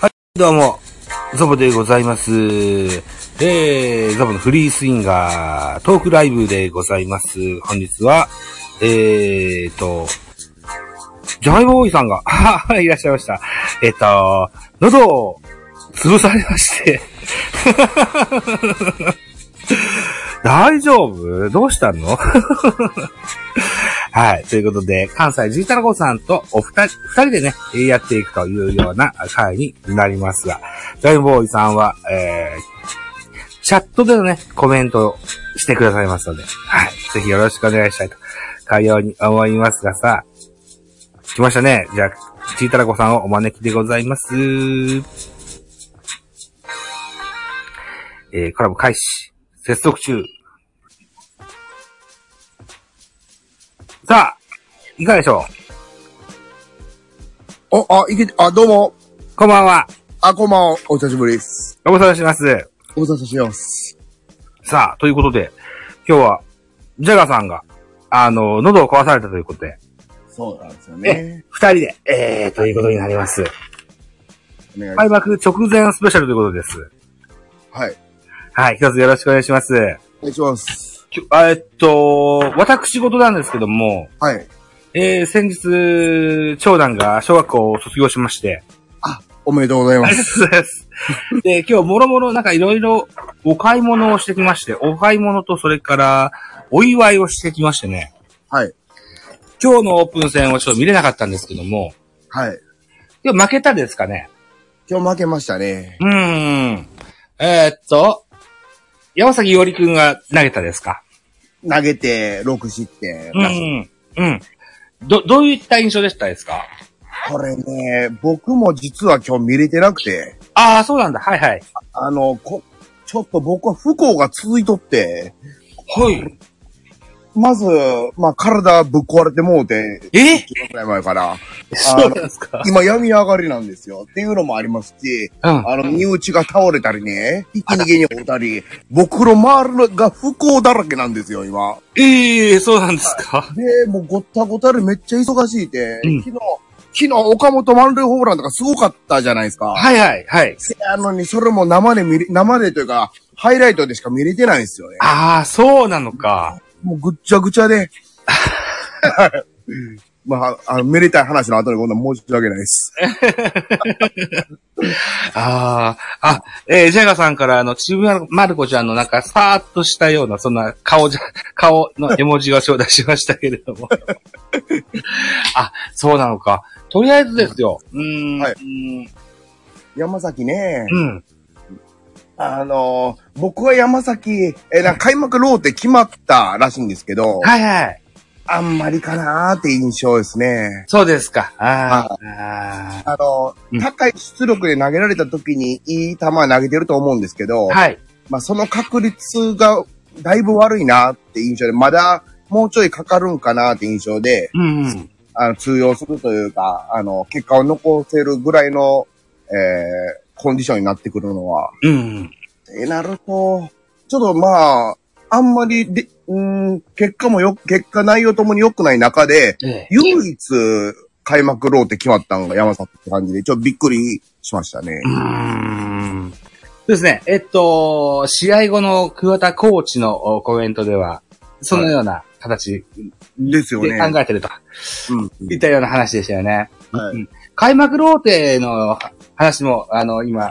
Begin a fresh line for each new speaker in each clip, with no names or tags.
はい、どうも、ザボでございます。えー、ザボのフリースインガー、トークライブでございます。本日は、えーと、ジャイボーイさんが、 はい、いらっしゃいました。えっ、と、喉を潰されまして。 大丈夫どうしたのはい。ということで、関西ジータラコさんとお二人、二人でね、えーやっていくというような回になりますが、ジャイボーイさんは、えー、チャットでのね、コメントをしてくださいますので、はい。ぜひよろしくお願いしたいと、かように思いますがさ、来ましたね。じゃあ、ちーたらこさんをお招きでございます。えー、コラボ開始。接続中。さあ、いかがでしょ
お、あ、いけ、あ、どうも。
うこんばんは。
あ、こんばんは。お久しぶりです。
ご無沙汰してます。
お久しぶります。
さあ、ということで、今日は、ジャガーさんが、あの、喉を壊されたということで、
そうなんですよね。
二人で、えー、ということになります。
お願いしま
開幕直前スペシャルということです。
す。はい。
はい、一つよろしくお願いします。
お願いします。
きょえっと、私事なんですけども、
はい。
えー、先日、長男が小学校を卒業しまして、
おめでとうござい
あ
ま
りがとう
す。
ございます。で、今日もろもろなんかいろいろお買い物をしてきまして、お買い物とそれからお祝いをしてきましてね、
はい。
今日のオープン戦をちょっと見れなかったんですけども、
はい。
今日負けたですかね
今日負けましたね。
うーん。えー、っと、山崎よりくんが投げたですか
投げて、6失点。
うん。うん。ど、どういった印象でしたですか
これね、僕も実は今日見れてなくて、
ああ、そうなんだ。はいはい。
あの、こ、ちょっと僕は不幸が続いとって、
はい。
まず、まあ、体ぶっ壊れてもうて、
え
1年前 から、
そうなんですか
今闇上がりなんですよ。っていうのもありますし、
うん。
あの、身内が倒れたりね、一気に家におったり、僕の周りのが不幸だらけなんですよ、今。
ええそうなんですか。
で、もうごったごたるめっちゃ忙しいて、
うん
昨日、昨日岡本満塁ホームランとかすごかったじゃないですか。
はいはい、はい。
せやのに、それも生で見れ、生でというか、ハイライトでしか見れてないんですよね。
ああ、そうなのか。
もうぐっちゃぐちゃ で。まあ、あの、めでたい話の後にこんな申し訳ないです。
ああ、あ、えー、ジャガさんから、あの、ちびまる子ちゃんのなんか、さーっとしたような、そんな顔じゃ、 顔の絵文字が頂戴しましたけれども。 あ、そうなのか。とりあえずですよ。うーん。
はいう
ーん
山崎ね。
うん。
あのー僕は山崎、えーなんか開幕ローテ決まったらしいんですけど、
はいはい。
あんまりかなーって印象ですね。
そうですか。あーあ
あのー
うん
高い出力で投げられた時にいい球投げてると思うんですけど、
ー。はい。
まあその確率がだいぶ悪いなって印象で、まだもうちょいかかるんかなって印象で、
うんうん。
あの通用するというか、あの、結果を残せるぐらいの、えーコンディションになってくるのは、
うん。
ってなると、ちょっとまあ、あんまりで、うーん、結果もよ、結果内容ともに良くない中で、
ええ
唯一開幕ローテ決まったのが山里って感じで、ちょっとびっくりしましたね
う。ーんですね。えっと、試合後の桑田コーチのおコメントでは、そのような形
ですよ
で
ね。
考えてると、
うん
いったような話でしたよね。
はい
うん開幕ローテの話も、あの、今、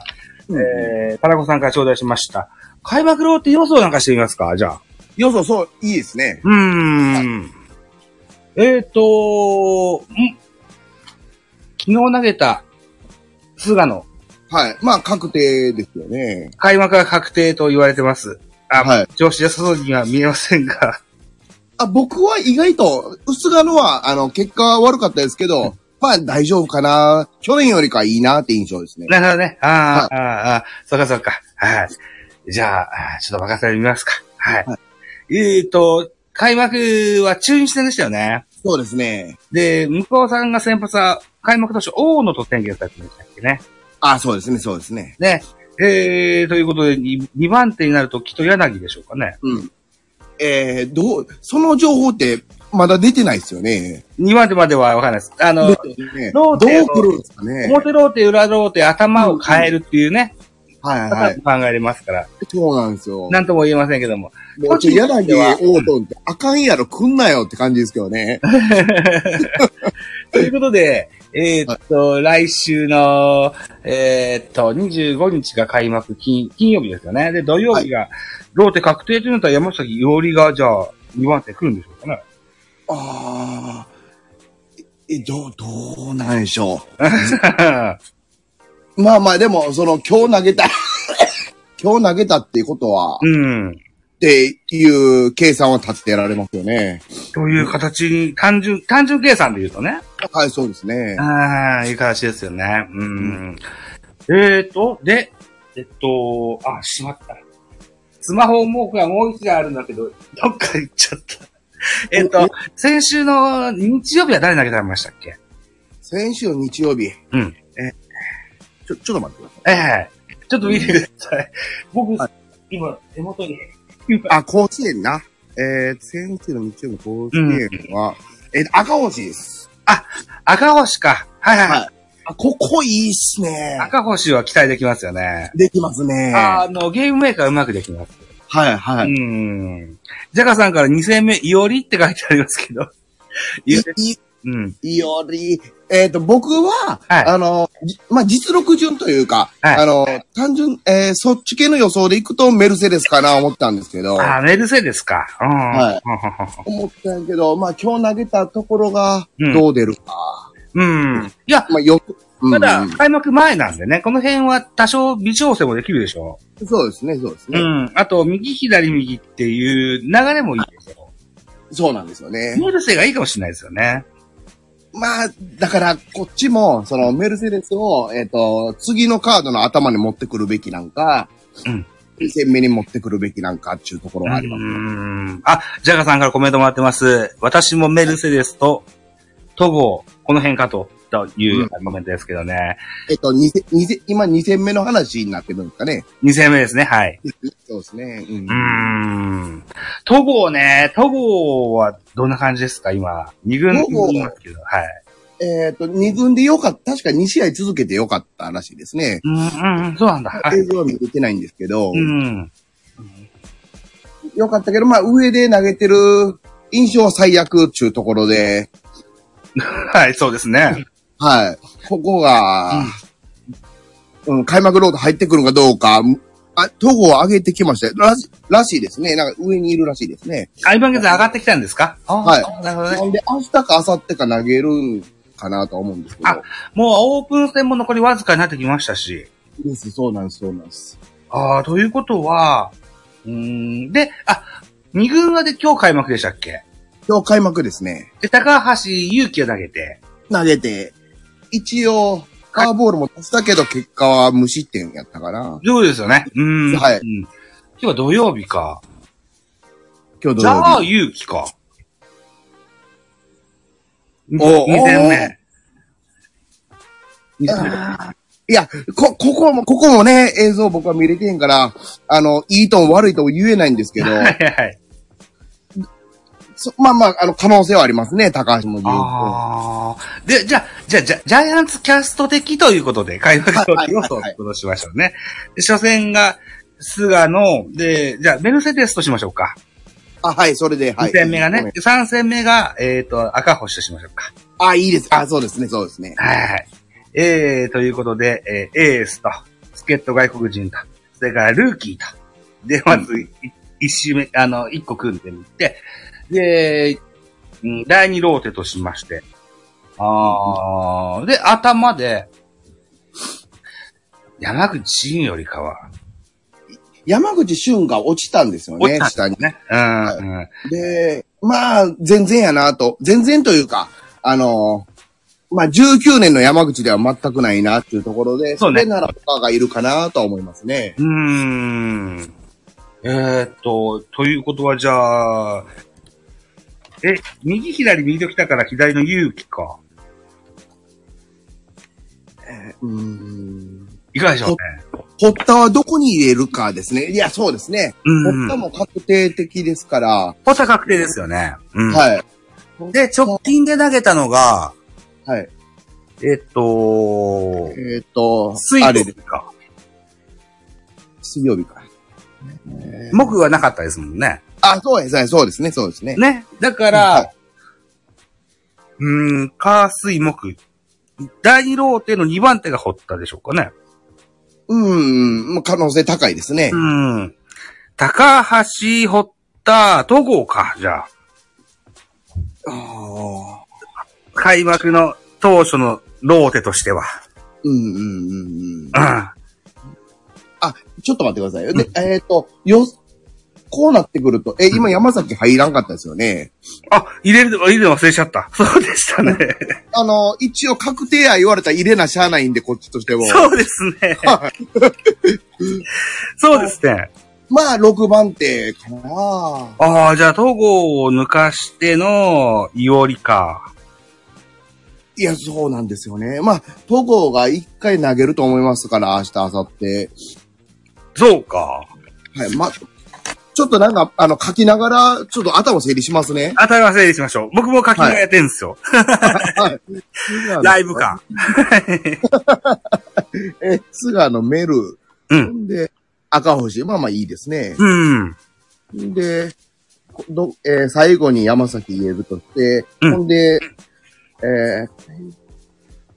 うん
えー、タラコさんから頂戴しました。開幕ローテ予想なんかしてみますかじゃあ。
よそそう、いいですね。
うーん。えっ、ー、と、ん昨日投げた菅野、
はい。まあ、確定ですよね。
開幕が確定と言われてます。あ、
はい。
調子良さそうには見えませんが。
あ、僕は意外と、薄がのは、あの、結果は悪かったですけど、まあ、大丈夫かな。去年よりかいいなって印象ですね。
なるほどね。あー、あー、あー、そうかそうか。はい。じゃあ、あーちょっと任せてみますか。はい。えっ、ー、と、開幕は中日戦でしたよね。
そうですね。
で、向こうさんが先発は、開幕投手大野と宣言されてましたっけね。
あ、そうですね、そうですね。
ね。えー、ということで、2番手になると、きっと柳でしょうかね。
うん。えー、どう、その情報って、まだ出てないですよね。
2番手まではわかんないです。あの、
ねど
ロ
う
ーテ
来るんですかね。
表ローテ、裏ローテ、頭を変えるっていうね、
はいは
方
い。
も考えれますから、
そうなんですよ。
なんとも言えませんけども。
もうちょ、柳オートンって、あかんやろ、来んなよって感じですけどね。
ということで、えーっと、来週の、えーっと、25日が開幕、金、金曜日ですよね。で、土曜日が、ローテ確定というのと山崎伊織が、じゃあ、2番手来るんでしょうかね。
ああ。え、どう、どうなんでしょう。まあまあ、でも、その、今日投げた、 今日投げたっていうことは、
うん。
っていう計算は立てられますよね。
という形に、単純、単純計算で言うとね。
はい、そうですね。
ああ、いう形ですよね。うん。えーと、で、えっと、あ、しまった。スマホも僕はもう一台あるんだけど、どっか行っちゃった。えっと、先週の日曜日は誰投げられましたっけ
先週の日曜日。
うん。
ちょ、ちょっと待ってくださ
え
い。
えちょっと見てください。僕、今、手元に。
あ、甲子園な。えー、先週の日曜日、甲子園は、えー赤星です。
赤星か。はいはい。は
はあ、ここいいっす
い、
ね
赤星は期待できますよね。
できますね。
あの、ゲームメーカーうまくできます。
はい、は
う
い。
ん。ジャカさんから2戦目、いおりって書いてありますけど。
い
うん。
いより、えっ、と、僕は、
はい
あの、じまあ、実力順というか、
はい
あの、単純、えーそっち系の予想でいくとメルセデスかな思ったんですけど、
あ、メルセデスか。うん。。
はい思ったんやけど、まあ、今日投げたところが
うん
どう出るか。
うん。いや、
まあ、よく、うん
ただ、開幕前なんでね、この辺は多少微調整もできるでしょ
そうですね、そうです
う。
ね。
ん。あと、右、左、右っていう流れもいいですよ。
そうなんですよね。
メルセがいいかもしれないですよね。
まあ、だから、こっちも、その、メルセデスを、えっ、と、次のカードの頭に持ってくるべきなんか、
うん
2戦目に持ってくるべきなんかっていうところ
う
があります。
ん。あ、ジャガさんからコメントもらってます。私もメルセデスと、戸郷、この辺かと、というコメントですけどね。
えっと、二戦二戦今2戦目の話になってるんですかね。
2戦目ですね、はい。
そうですね。うん
うーん。戸郷ね、戸郷はどんな感じですか、今。2軍、
戸郷
いますけど、はい。
えっ、と、2軍でよかった、確か2試合続けてよかったらしいですね。
うん、うん、そうなんだ。はい
映像は見れてないんですけど、
うん。
よかったけど、まあ上で投げてる印象は最悪っていうところで、
はい、そうですね。
はい。ここが、うん、開幕ロード入ってくるかどうか、あ、統合を上げてきましたよらしらしいですね。なんか上にいるらしいですね。
アイバンゲーズ上がってきたんですかあ
はい
あなるほど
な
ね。
んで明日か明後日か投げるんかなとは思うんですけど。
あもうオープン戦も残りわずかになってきましたし。
です、そうなんです、そうなんです。
ああ、ということは、うーん、で、あ、二軍はで今日開幕でしたっけ
今日開幕ですね。
で、高橋祐希を投げて、
投げて、一応、カーボールも出したけど、結果は無失点やったから、
そうですよね。うーん。
はい
うん今日は土曜日か。
今日
じ
土曜
ゃあ、
日。
祐希か。二
お
二戦目。二戦目
あーいや、こ、ここも、ここもね、映像僕は見れてへんから、あの、いいとも悪いとも言えないんですけ ど、
はいはいはい。
そまあまあ、あの、可能性はありますね、高橋も十分。は
ああ。で、じゃあ、じゃあ、じゃあ、ジャイアンツキャスト的ということで、開幕表記をそうしましょうね。で初戦が、菅野、で、じゃあ、メルセデスとしましょうか。
あ、はい、それで、は
2
い。
戦目が
ごめ
ね
ん。。
で3戦目が、えっ、と、赤星としましょうか。
あ、いいです。あ、そうですね、そうですね。
はいはい。えー、ということで、えーエースと、助っ人外国人と、それからルーキーと。で、まず、い一周目、あの、一個組んでみて、で、うん第二ローテとしまして、あー、で、頭で、山口真よりかは、
山口俊が落ちたんですよ
落ち
ね、
たん
下に。
ね、うん、うん。
で、まあ、全然やなと。全然というか、あの、まあ、19年の山口では全くないなっていうところで、
そうね
れなら他がいるかなとは思いますね。
うーん。えーっと、ということはじゃあ、え、右左右と来たから左の勇気か。
うーん。
いかがでしょうね。
ホッタはどこに入れるかですね。いや、そうですね。
う
ホッタ
ん。
も確定的ですから、
ポタ確定ですよね。うん。
はい。
で、直近で投げたのが、
はい。
えっと、
えっ、と、
水
あ
曜
れ
日
で、
か。
水曜日か。
木はなかったですもんね。
あ、そうですね、そうですね、そうですね。
ね。だから、うーん、火、水、木。第2ローテの2番手が掘ったでしょうかね。
うん、もう可能性高いですね。
うん。高橋、掘った、戸郷か、じゃあ。
ああ。
開幕の当初のローテとしては。
うん、うん、うん、うん。
う
あ、ちょっと待ってくださいよ。で、えっ、と、よ、こうなってくると、え、今山崎入らんかったですよね。
ん。あ、入れる、入れるの忘れちゃった。そうでしたね。
あの、一応確定や言われたら入れなしゃあないんで、こっちとしても。
そうです ね。そうですね。
まあ、6番手かな。
ああ、じゃあ、東郷を抜かしての、いおりか。
いや、そうなんですよね。まあ、戸郷が1回投げると思いますから、明日、明後日。
そうか。
はい、ま、ちょっとなんか、あの、書きながら、ちょっと頭整理しますね。
当たりませんしましょう。僕も書き換えやってんですよ。
はい。
ライブ。感。
え、菅のメル。
うん
で、赤星。まあまあいいですね。
うん。
で、こどえー最後に山崎言えるとして、
うん
ほんで、え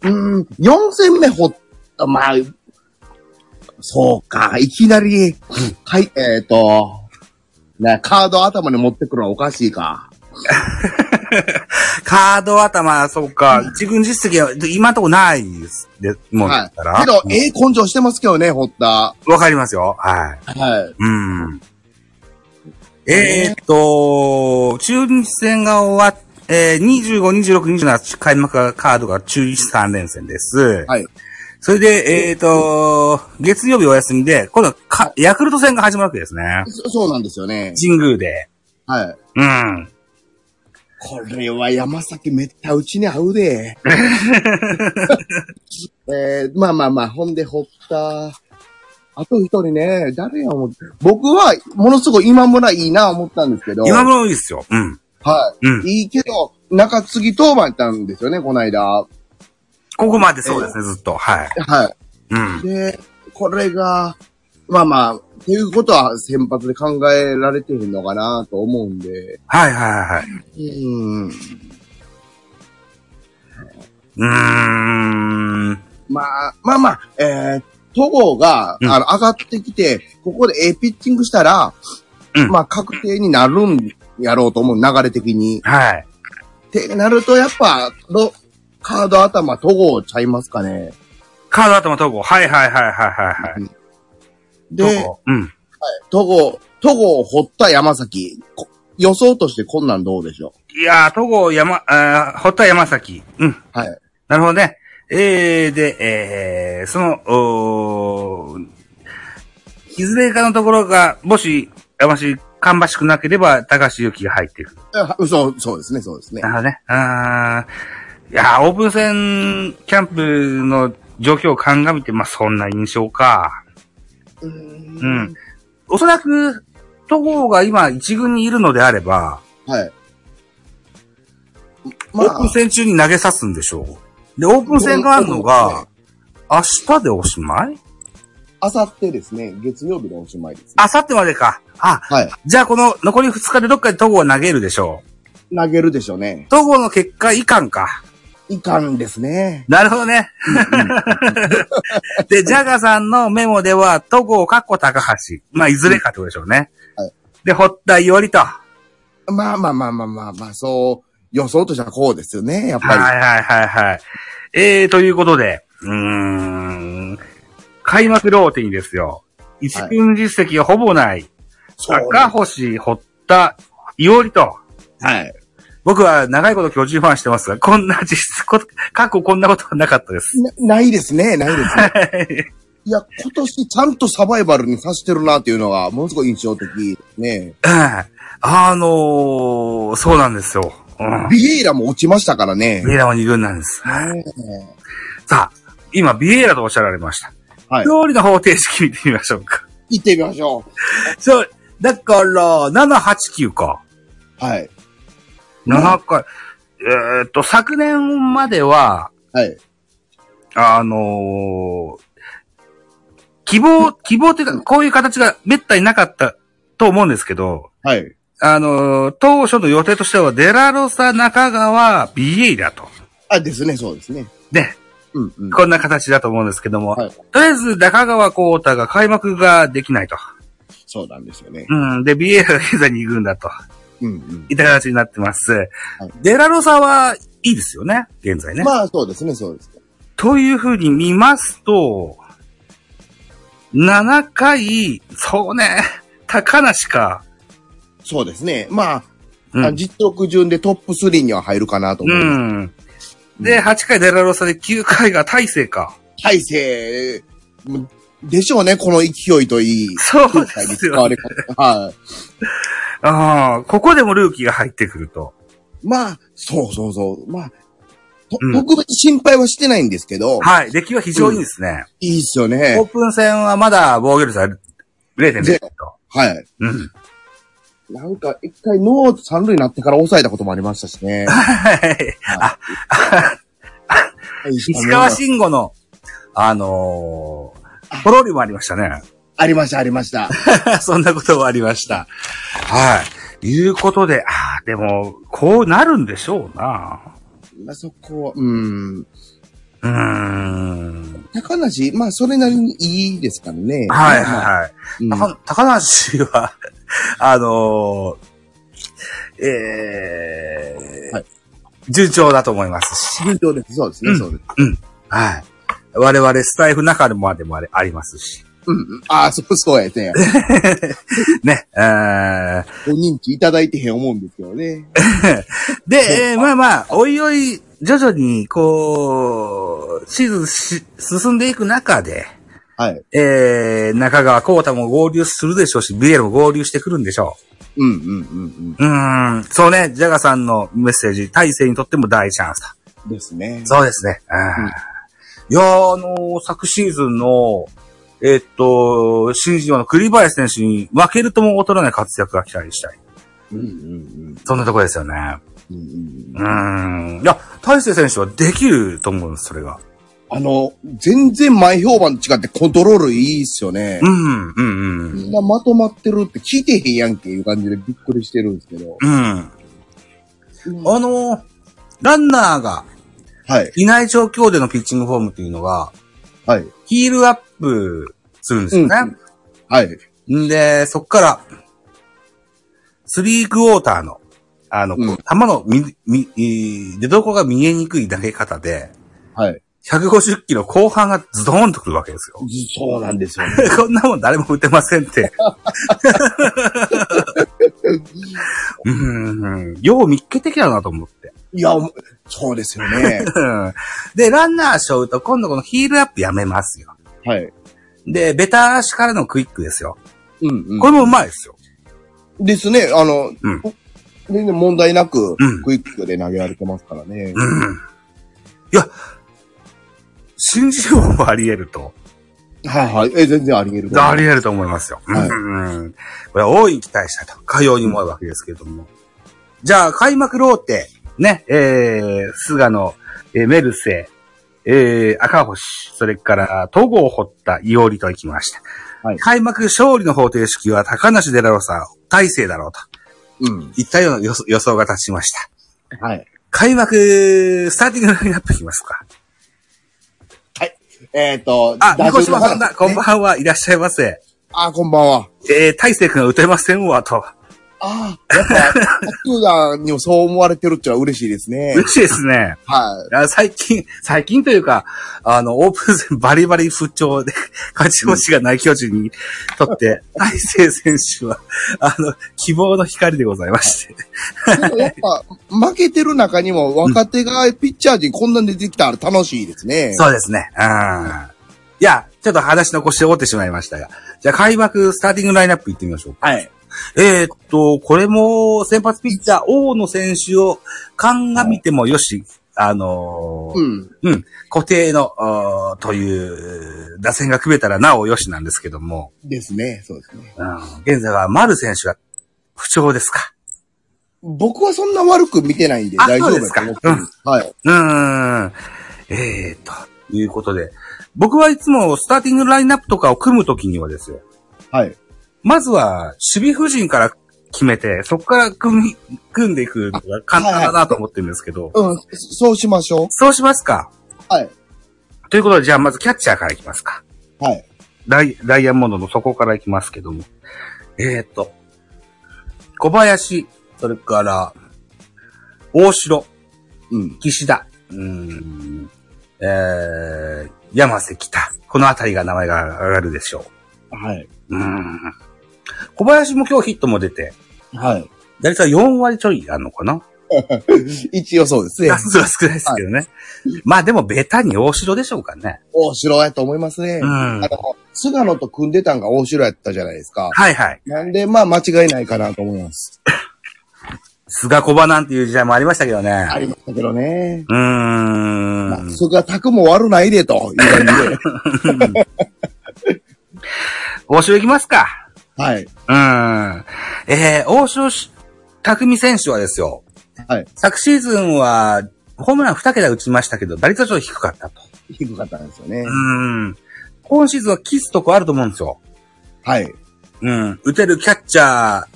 ー、うーん、4戦目ほった、まあ、そうか、いきなり、はい、えっ、と、ね、カード頭に持ってくるのはおかしいか。
カード頭、そうか。一軍実績は、今んとこないです。で、もう、だか
は
ら。
い。けど、ええ根性してますけどね、ほった。
わかりますよ。はい。
はい。
うん。えーっと、中日戦が終わっえー、25、26、27開幕がカードが中日3連戦です。
はい。
それで、えーっと、月曜日お休みで、今度はか、ヤクルト戦が始まるわけですね。
そそうなんですよね。
神宮で。
はい。
うん。
これは山崎めったうちに合 うで。えー、まあまあまあ、ほんでほった。あと一人ね、誰や思って。僕は、ものすごい今村いいな思ったんですけど。
今頃いいですよ。うん。
は
うん。
い。いいけど、中継ぎ当番やったんですよね、この間。は
ここまでそうですね、ずっと。はい。うん
い。。で、これが、まあまあ、っていうことは先発で考えられてるのかなと思うんで。
はいはいはい。
うん。
うーん。
まあ、まあまあ、えー、戸郷が、
うん
あの、上がってきて、ここでええピッチングしたら、
うん
まあ、確定になるんやろうと思う、流れ的に。
はい。
ってなると、やっぱ、ロカード頭、戸郷ちゃいますかね。
カード頭統合。はいはいはいはいはいはい。
で、
統合うん。
戸郷、戸郷を掘った山崎。こ予想としてこんなんどうでしょ
いやー、戸郷山、あー堀田山崎。うん。
うはい。
なるほどね。えー、で、えー、その、おーいずれかのところが、もし、やまし、かんばしくなければ、高橋由紀が入ってくる。
あそう、そうですね、そうですね
な。るほどね。あーいやー、オープン戦、キャンプの状況を鑑みて、まあ、そんな印象か。
う
うん。おそらく、戸郷が今、一軍にいるのであれば、
はい。
オープン戦中に投げさすんでしょう。で、オープン戦があるのが、明日でおしまい
あさってですね、月曜日のおしまいです、ね。
明後日までか。あ、
はい。
じゃあこの残り2日でどっかで戸郷は投げるでしょ
投げるでしょうね
う。。戸郷の結果いかんか。
いかんですね。
なるほどね。 で、ジャガーさんのメモでは、戸郷かっこ高橋。まあ、いずれかってことでしょうね。
はい
で、堀田伊織と。は
まあまあまあまあまあまあ、そう、予想としてはこうですよね、やっ
いはい
ぱ
はいはい。えー、ということで、うーん、開幕ローテにですよ。一軍実績がほぼない。
り。
赤星、堀田、伊織と、
はい。
僕は長いこと巨人ファンしてますが、こんな実質こ、過去こんなことはなかったです。
なないですね、ないですね。いや、今年ちゃんとサバイバルにさしてるなっていうのが、ものすごい印象的ですね。
あのー、そうなんですよ。うん。
ビエイラも落ちましたからね。
ビエラは二軍なんです。さあ、今、ビエラとおっしゃられました。
はい
料理の方程式見てみましょうか。
行ってみましょ
そう、だから、7、8、9か。
う。はい。
7回。えーっと、昨年までは、
はい。
あのー希望、希望というか、こういう形が滅多になかったと思うんですけど、
はい。
あのー当初の予定としては、デラロサ、中川、ビエイだと。
あ、ですね、そうですね。
ね、
うん、うん。
こんな形だと思うんですけども、
はい
とりあえず中川幸太が開幕ができないと。
そうなんですよね。
うん、で、BA が現在に行くんだと。
うん、うん。
いった形になってます。デラロサはいいですよね、現在ね。
まあ、そうですね、そうですね。
というふうに見ますと、7回、そうね、高梨か。
そうですね。まあ、
うん
あ実力順でトップ3には入るかなと思
う
います。
ん。で、8回デラロサで9回が大勢か。
大勢、でしょうね、この勢いといい。
そうです
使わ
よ。
れ方。はい。
ああ、ここでもルーキーが入ってくると。
まあ、そうそうそう。まあ、と
うん
特別心配はしてないんですけど、
はい、出来は非常にいいですね。
いいっすよ
オー
ね。
プン戦はまだ防御率は0.0
ゼ
と。
はい。
うん。
なんか、一回ノー三塁になってから抑えたこともありましたし ね。
はい。石川慎吾の、あのー、ポロリもありましたね。
ありました、ありました。
そんなこともありました。はい。いうことで、ああ、でも、こうなるんでしょうな。
まあ、そこは、うん。
うーん。
高梨、まあ、それなりにいいですからね。
はいはいはい。
いうん
高高梨は、 あのー、えー
はい
順調だと思いますし。
順調です。そうです
う
ね、
ん
そうです。
はい。我々スタイフ中でもあでもあれありますし。
うんうん。ああ、そうそうやね。
ね。えー
ご人気いただいてへん思うんですけどね。
で、えーまあまあ、おいおい、徐々に、こう、シーズンし進んでいく中で、
はい。
えー、中川幸太も合流するでしょうし、ビエルも合流してくるんでしょ
うんうんうん
う。うーん。そうね、ジャガさんのメッセージ、大勢にとっても大チャンスと。
うん。ですね。
そうですね。うんいやー、あのー昨シーズンの、えっと、新人王の栗林選手に負けるとも劣らない活躍が期待したい。
うんうんうん
そんなとこですよね。
うんうん
う
うん。
ーん。いや、大勢選手はできると思うんです、それが。
あの、全然前評判と違ってコントロールいいっすよね
う。ん、うん、うん。
みんなまとまってるって聞いてへんやんけいう感じでびっくりしてるんですけど。
うん。あのーランナーが
はい。
いない状況でのピッチングフォームっていうのが、
はい。
ヒールアップするんですよね。
はい。
んで、そっから、スリークォーターの、あの、
うん
球のみ、み、えー出どこが見えにくい投げ方で、
はい。
150キロ後半がズドーンとくるわけですよ。
そうなんですよね。
こんなもん誰も打てません って。うん、よう見っけてきたなと思って。
いや、そうですよね。
うんで、ランナーしょうと、今度このヒールアップやめますよ。
はい。
で、ベタ足からのクイックですよ。
うんうん
これもうまいですよ。
ですね。あの、
うん
全然問題なく
うん、
クイックで投げられてますからね。
うん。いや、信じようもあり得ると。
はいはい。え、全然あり得る。
あり得ると思いますよ。
はい
うん。これは大いに期待したいと。かように思うわけですけれども。じゃあ、開幕ローテ、ね、えー、菅野、えーメルセ、えー、赤星、それから、戸郷を掘った伊織と行きました。
はい
開幕勝利の方程式は高梨デラロサ、大勢だろうと。
うん。
いったような予想予想が立ちました。
はい。
開幕、スターティングラインナップいきますか。
えっと、
あ、
打
みこ
順
しまさん
の話
だ、こんばんは、いらっしゃいませ。
あ、こんばんは。
えー、大勢くんは打てませんわ、と。
あ あ、やっぱ、白山にもそう思われてるっちゃ嬉しいですね。
嬉しいですね。
はい
や最近、最近というか、あの、オープン戦 バリバリ不調で、勝ち星がない巨人にとって、大勢選手は、あの、希望の光でございまして。
い。でもやっぱ、負けてる中にも若手がピッチャー陣こんなに出てきたら楽しいですね。
そうですね。うん。いや、ちょっと話の腰で折ってしまいましたが。じゃあ、開幕スターティングラインナップ行ってみましょうか。
はい。
えーっと、これも、先発ピッチャー、大野選手を鑑みてもよし、あのー
うん。
うん、固定の、あーという、打線が組めたらなおよしなんですけども、
ですね。そうですね。
うん現在は丸選手が不調ですか。
僕はそんな悪く見てないんで
あ
大丈夫
そうですか
だと思ってますはい。
うーん。ええと、いうことで。僕はいつもスターティングラインナップとかを組むときにはですよ。
はい。
まずは、守備布陣から決めて、そこから組み、組んでいくのが簡単だなと思ってるんですけど。
うん、そそうしましょう。
そうしますか。
はい。
ということで、じゃあまずキャッチャーからいきますか。
はい。
ダイダイヤモンドの底からいきますけども。えー、っと、小林、それから、大城、
うん。
岸田、うーん、えー、山瀬北。このあたりが名前が上がるでしょ
はい。
う。うーん。小林も今日ヒットも出て、
はい。
打率は4割ちょいあんのかな
一応そうですね
打。数は少ないですけどね。まあでも、ベタに大城でしょうかね。
大城やと思いますね。
うん
あの、菅野と組んでたんが大城やったじゃないですか。
はいはい。
なんで、まあ、間違いないかなと思います。
菅小葉なんていう時代もありましたけどね。
ありましたけどね。
うー
まあ
ん。
菅田くも悪ないで、という感じで。
大城行きますか。
はい。
うーん。えー、大城し匠選手はですよ。
はい。
昨シーズンは、ホームラン2桁打ちましたけど、打率はちょっと低かったと。
低かったんですよね
う。ーん。今シーズンはキスとこあると思うんですよ。
はい。
うん。打てるキャッチャーっ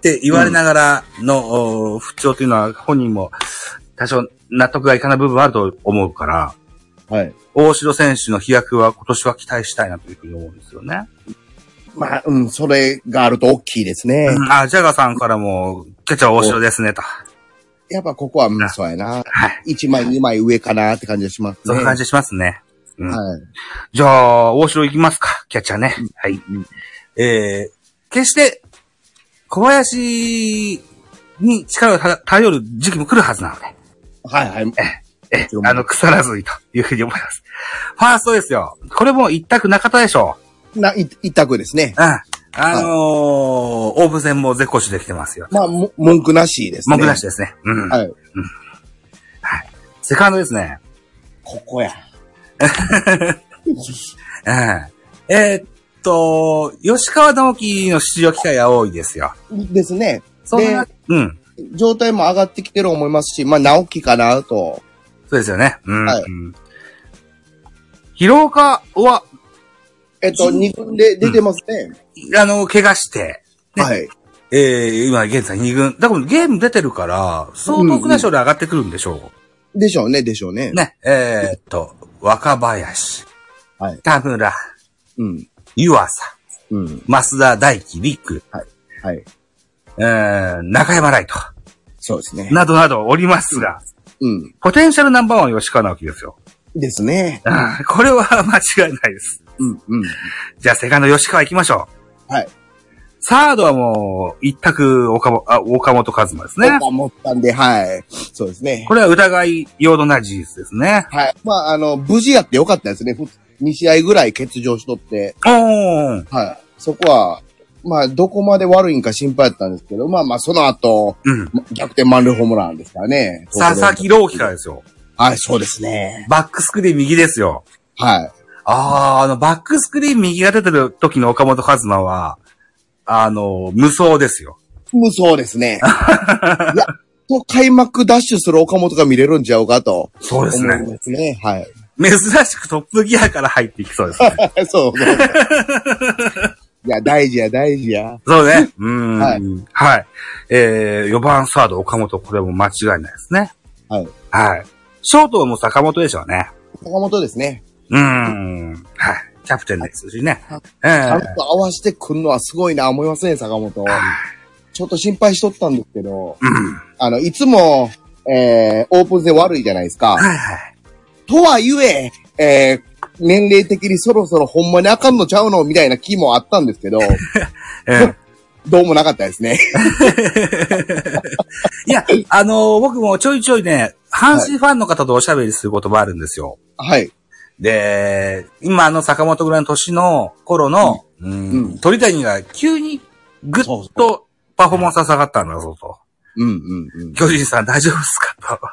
て言われながらの、おー不調というのは本人も多少納得がいかない部分はあると思うから、
はい。
大城選手の飛躍は今年は期待したいなというふうに思うんですよね。
まあ、うん、それがあると大きいですね。
うんあ、ジャガーさんからも、ケチャ大城ですね、と。
やっぱここは、うん、そうや
は
な。
い。
1枚、2枚上かなって感じがしますね。
そういう感じしますね。うん
はい。
じゃあ、大城行きますか、キャッチャーね。はい。えー、決して、小林に力をた頼る時期も来るはずなので、
はいはい。
え
そう、思う
あの、腐らずにというふうに思います。ファーストですよ。これもう一択中田でしょ
な、い一択ですね。
う。うん。あのー、オープン戦も絶好調できてますよ。
まあ、も文句なしですね。
文句なし。ですね。うん。
はい。
セカンドですね。
ここや。
うんえーっと、吉川直樹の出場機会が多いですよ。
ですね。
そんな
で、
うん。
状態も上がってきてる思いますし、まあ、直樹かなと。
そうですよね。うん。
はい
うん広岡は、
えっと、二軍で出てますね。
あの、怪我して、ね
はい。
えー、今現在2軍。だからゲーム出てるから、相当クラッショで上がってくるんでしょう。
でしょうね、でしょうね。
ね。えーっと、若林、
はい
田村、
うん。
湯浅、
うん。
増田大輝、陸、
はい。
えー、中山ライト、
そうですね。
などなどおりますが、
うん。
ポテンシャルナンバーワンは吉川直樹ですよ。
ですね。
ああこれは間違いないです。
うん、うん。
じゃあ、セカンド吉川行きましょう。
はい。
サードはもう、一択岡本、あ、岡本和馬ですね
僕。は持ったんで、はい。そうですね
こ。れは疑いようのない事実ですね。
はい。まあ、あの、無事やってよかったですね。ふ2試合ぐらい欠場しとって。
おー。
はい。そこは、まあ、どこまで悪いんか心配だったんですけど、まあまあ、その後、
うん。
ま逆転満塁ホームランですからね。
佐々木朗希からですよ。
はい、そうですね。
バックスクリーン右ですよ。
はい。
ああ、あの、バックスクリーン右が出てる時の岡本和馬は、あの、無双ですよ。
無双で すね。いや、と開幕ダッシュする岡本が見れるんちゃうかと。
そうですね
思いますね。はい。
珍しくトップギアから入っていきそうですね。
そうそう。いや、大事や、大事や。
そうね。うーん。は
はい
い。えー、4番サード岡本、これも間違いないですね。
はい。
はい。ショートはもう坂本でしょうね。
坂本ですね。
うーん。はい。キャプテンですしね
はい。
え
ちゃん
ー
と合わせてくんのはすごいな、思いますね、坂本。ちょっと心配しとったんですけど、
うん。
あの、いつも、えー、オープン戦悪いじゃないですか。
はいはい。
とはゆえ、えー、年齢的にそろそろほんまにあかんのちゃうのみたいな気もあったんです けど、
えー
どうもなかったです ね。
いや、あのー僕もちょいちょいね、阪神ファンの方とおしゃべりすることもあるんですよ。
はい。
で、今の坂本ぐらいの年の頃の、うん
うん
鳥谷が急にぐっ
そう
とパフォーマンスが下がったんだぞと。
うんうんうん。
巨人さん大丈夫ですかと。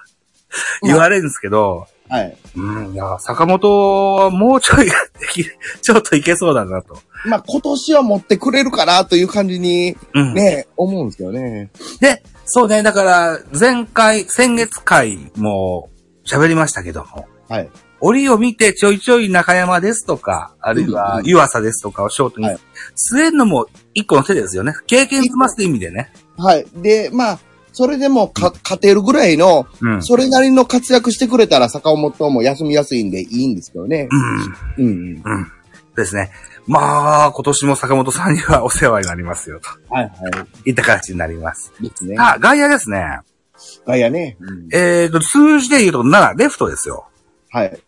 言われるんですけど、
はい。
うん、いや、坂本はもうちょいでき、ちょっといけそうだなと。
まあ、今年は持ってくれるかなという感じに、
うん。
ね、思うんですけどね。
で、そうね、だから、前回、先月回も喋りましたけども、
はい。
折を見てちょいちょい中山ですとか、あるい
うん
は
うん
湯浅ですとかをショートに
はい
据えるのも一個の手ですよね。経験済ますという意味でね。
はい。で、まあ、それでもか、勝てるぐらいの、
うん。うん。
それなりの活躍してくれたら坂本も休みやすいんでいいんですけどね。うんうん。
うん。ですね。まあ、今年も坂本さんにはお世話になりますよ、と
はいは
言った形になります。
い。ですね。
あ、外野ですね。
ガイアね。うん
えっ、と、数字で言うと7、レフトですよ。
はい。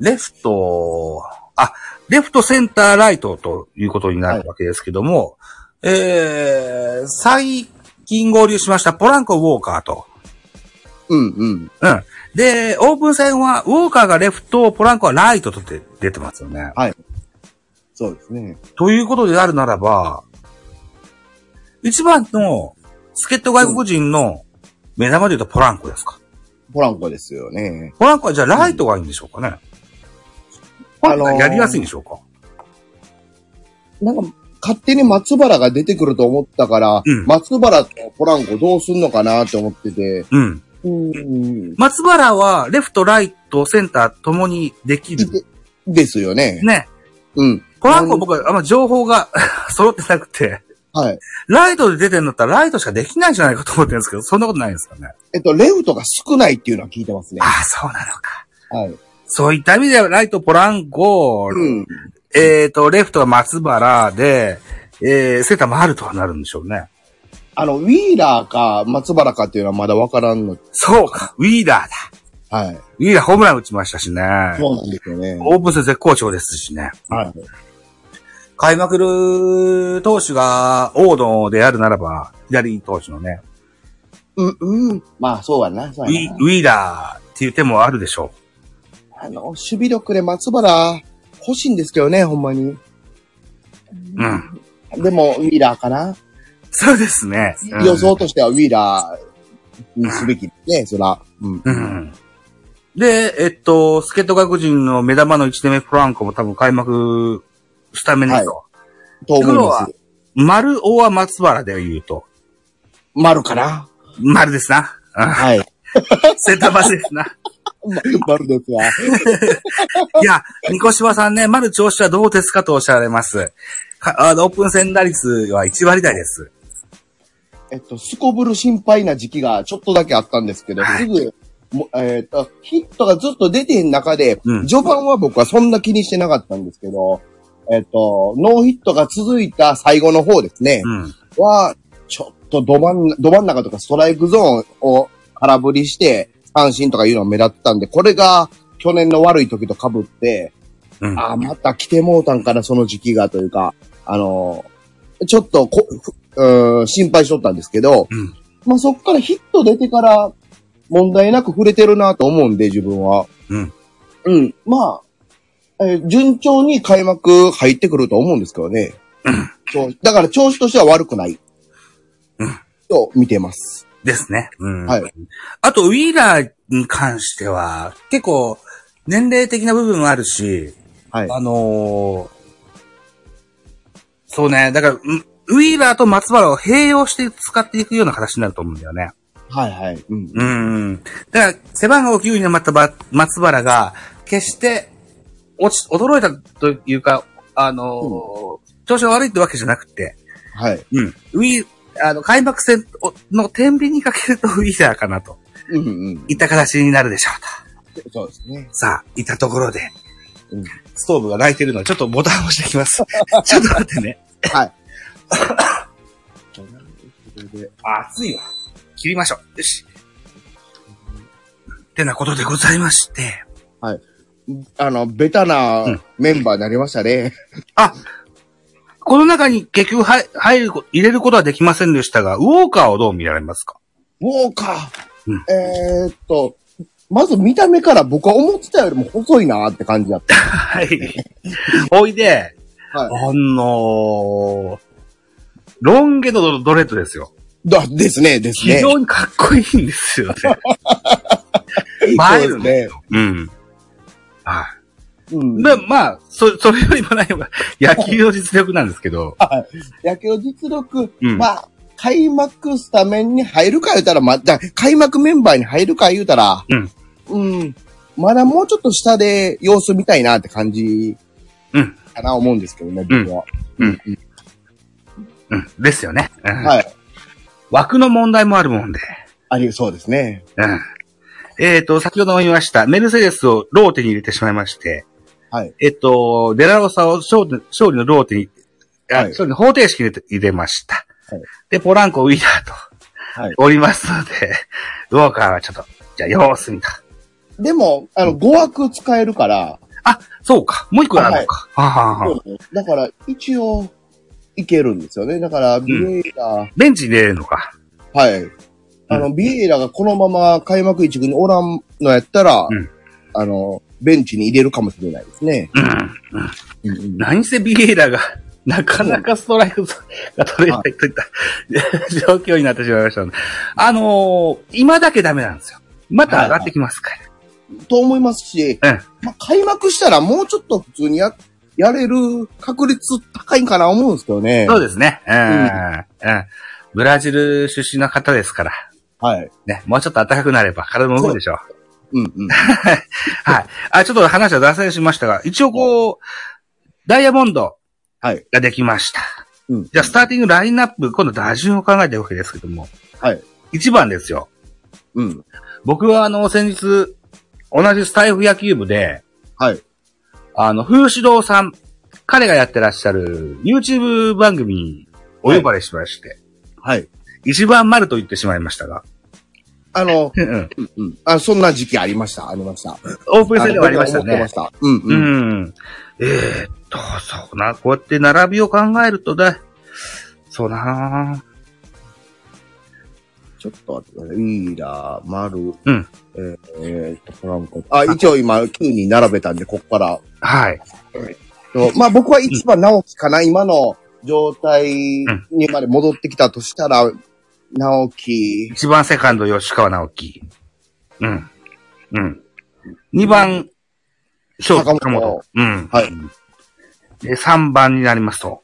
レフト、あ、レフト、センター、ライトということになるわけですけども、えー、最近合流しましたポランコ・ウォーカーと。
うんうん。
うん。で、オープン戦は、ウォーカーがレフト、ポランコはライトと出出てますよね。
そうですね。
ということであるならば、一番の、助っ人外国人の目玉で言うとポランコですか。
ポランコですよね。
ポランコはじゃあライトがいいんでしょうかね。
あのー
やりやすいんでしょうか。
なんか、勝手に松原が出てくると思ったから、
うん
松原とポランコどうすんのかなって思ってて、
うん。
うん。
松原は、レフト、ライト、センターともにできる。
ですよね。
ね。
うん。
ポランコ僕はあんま情報が 揃ってなくて、
はい。
ライトで出てるんだったらライトしかできないんじゃないかと思ってるんですけど、そんなことないんですかね。
えっと、レフトが少ないっていうのは聞いてますね。
ああ、そうなのか。
はい。
そういった意味では、ライト、ポランコ、
うん。
えっ、と、レフトは松原で、えー、センターもあるとなるんでしょうね。
あの、ウィーラーか松原かっていうのはまだわからんの。
そうか、ウィーラーだ。
はい。
ウィーラーホームラン打ちましたしね。
そうなんですよね。
オープン戦絶好調ですしね。
はい。
開幕る投手が王道であるならば、左投手のね、
うん、うん。まあ、そうやな。そう
ウ
や
ィ
な。
ウィーラーっていう手もあるでしょ
あの、守備力で松原欲しいんですけどね、ほんまに。
う。うん。
でも、ウィーラーかな。
そうですね。うん
予想としてはウィーラーにすべきね、そら。うん。
うん。で、えっと、スケート外国人の目玉の1年目フランコも多分開幕スタメンですよ。
と思います。
丸大は松原で言うと。
丸かな
丸ですな。 うん
はい。
センターバスですな。
ま丸ですわ。
いや、ニコシワさんね、丸調子はどうですかとおっしゃられます。かあのオープン戦打率は1割台です。
えっと、すこぶる心配な時期がちょっとだけあったんですけど、
はい
すぐ、もえっと、ヒットがずっと出てへん中で、
うん
序盤は僕はそんな気にしてなかったんですけど、えっと、ノーヒットが続いた最後の方ですね、
うん。
は、ちょっとど真ん、ど真ん中とかストライクゾーンを空振りして、三振とかいうのが目立ったんで、これが去年の悪い時と被って、
うん。
ああ、また来てもうたんかな、その時期がというか、あのーちょっとこ、ふうーん心配しとったんですけど、
うん
まあそっからヒット出てから問題なく触れてるなと思うんで、自分は。
うん。
うん。まあ、えー順調に開幕入ってくると思うんですけどね。そう。だから調子としては悪くない。
うん
と見てます。
ですね。うん。
はい。
あと、ウィーラーに関しては、結構、年齢的な部分もあるし、
はい。
あのーそうね、だから、んウィーラーと松原を併用して使っていくような形になると思うんだよね。
はいはい。うん。
うん。だから、背番号9になったば松原が、決して、落ち、驚いたというか、あのー調子が悪いってわけじゃなくて、
はい。
うん。ウィー、あの、開幕戦の天秤にかけるとウィーラーかなと、
うんうん。
いった形になるでしょうと。
そうですね。
さあ、いたところで、
うん
ストーブが泣いてるので、ちょっとボタンを押してき ます。ちょっと待ってね。
はい。これで
あ暑いわ。切りましょう。よし。ってなことでございまして。
あの、ベタ
うん
なメンバーになりましたね。
あ、この中に結局入入るこ、入れることはできませんでしたが、ウォーカーをどう見られますか
ウォーカー、
うん
えーっと、まず見た目から僕は思ってたよりも細いなーって感じだった。
はい。 おいで、
はい
あのー、ロン毛のドレッドですよ。
だですね、です
非
ね。
常にかっこいいんですよね。
参るね。
うん。
は
うん
い。で、まあ、そ、それよりもないのが、野球の実力なんですけど、
野球実力、
うん
まあ、開幕スタメンに入るか言うたら、まあ、じゃあ開幕メンバーに入るか言うたら、
うん。
うん。まだもうちょっと下で様子見たいなって感じ
うん。
かな思うんですけどね、僕は。
うん。ですよね。うん
はい。
枠の問題もあるもんで。
ありそうですね。
うん。えっ、と、先ほども言いました、メルセデスをローテに入れてしまいまして、
はい。
えっ、と、デラロサを勝利勝利のローテに、あ
はい
勝利の方程式に入れて入れました。
はい
で、ポランコウィーラーと、
はい
おりますので、ウォーカーはちょっと、じゃあ様子見た。
でも、あの、5枠使えるから、
あ、そうか。もう一個あるのか。はあはあはあ
そうだから、一応、いけるんですよね。だから、ビエイラ、
ベンチに入れるのか。
はい。あの、ビエイラがこのまま開幕一軍におらんのやったら、
うん
あの、ベンチに入れるかもしれないですね。
うん。
うん
何せビエイラが、 なかなかストライクが取れないといった状況になってしまいましたので。あのー今だけダメなんですよ。また上がってきますから。
と思いますし、
うん
まあ、開幕したらもうちょっと普通にや、やれる確率高いんかな思うんですけどね。
そうですね。うん。うん。ブラジル出身の方ですから。
はい。
ね、もうちょっと暖かくなれば体も動くでしょう。
うんうん。
はい。あ、ちょっと話は脱線しましたが、一応こう、ダイヤモンド
はい
ができました。
うん
じゃあ、スターティングラインナップ、今度打順を考えてるわけですけども。
はい。
一番ですよ。
うん。
僕はあの、先日、同じスタイフ野球部で、
はい。
あの、風志郎さん、彼がやってらっしゃる YouTube 番組にお呼ばれしまして、
はい。
一番丸と言ってしまいましたが、
あの、
うん
うんうん。あ、そんな時期ありました、ありました。
オープン戦ではありました
僕は思って
ね
ま。した。うん
う
うん。
ん。えー、っと、そうな、こうやって並びを考えるとだ、そうな
ちょっと待ってください。ウィーラー、マル、
うん
えーえーっと、トランコ。あ、一応今9人並べたんで、ここから。
はい。
とまあ僕は一番直樹かな、今の状態にまで戻ってきたとしたら、直樹、
一番セカンド、吉川直樹。うん。うん。二番、ショート、
坂
坂
本
本。うん。
はい。
で、3番になりますと。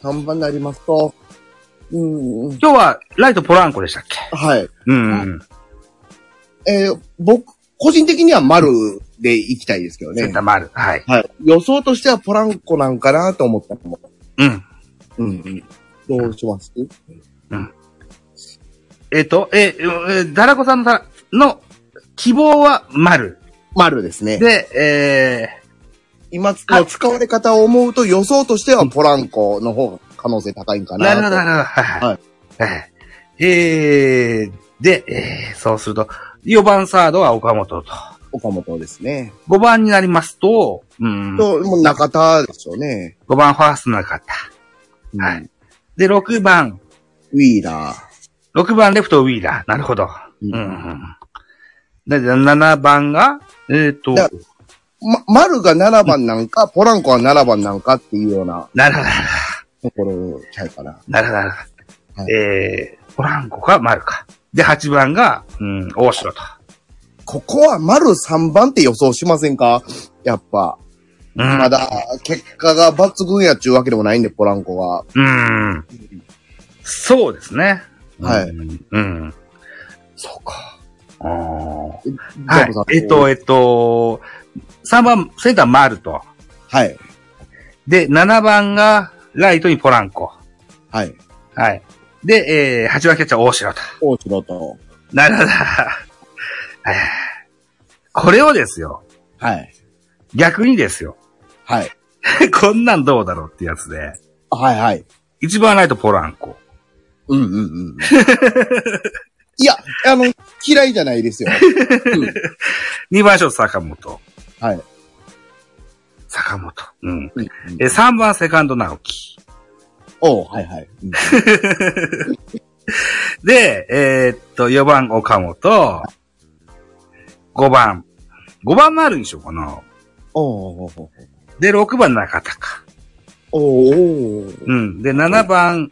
3番になりますと、うん、うん
今日は、ライトポランコでしたっけ
はい。
うんうん。
えー僕、個人的には丸で行きたいですけど
セ
ね
ンタ。ーもある。はい。
はい。予想としてはポランコなんかなと思ったのも。
うん。
うんうん。どうします
えっ、と、えーえーダラコさんのさ、の、希望は丸。
丸ですね。
で、え
今の使われ方を思うと予想としてはポランコの方が可能性高いんか
ー、な
なと。
るほど、なるほど。はいはい。はい。えー、で、えー、そうすると、4番サードは岡本と。
岡本ですね。
5番になりますと、うん。
と、もう中田でしょうね。
5番ファーストなかった。
うん
はい。で、6番、
ウィーラー。
6番レフトウィーラー。なるほど。
うん
うん。で、7番が、えっ、と、
だま、丸が7番なんか、ポランコは7番なんかっていうような
なるほど、
ところちゃうかな。
なるほど、なるほ
は
ど。えー、ポランコか、丸か。で、8番が、うん、大城と。
ここは丸3番って予想しませんかやっぱ。
うん、
ま。だ、結果が抜群やっちゅうわけでもないんで、ポランコは。
うん。そうですね。
はい
うん。うん。そうか。あー
ジャ
は
コさん
い。えっ、と、えっ、と、3番、センター丸と。
はい。
で、7番が、ライトにポランコ。
はい。
はい。で、えー、8番キャッチャー大城と。
大城と。
なるほど。 はいこれをですよ。
はい。
逆にですよ。
はい。
こんなんどうだろうってやつで。
はいはい。
一番ライトポランコ。
うんう んうん。いや、あの、嫌いじゃないですよ。うん
二番ショート坂本。
はい。
坂本。うん。
うんうん
えー、三番セカンド直樹。
おうはいはい。うん
で、えーっと、四番岡本。五番。五番もあるにしようかな。
おうおうおう
で、六番中田か。
おうおう
うん。で、7番、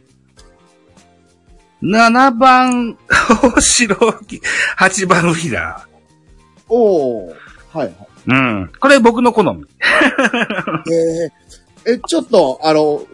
7番、大城、8番ウィーラ
おおはいは
うん。これ僕の好み。
い。えー、え、ちょっと、あの、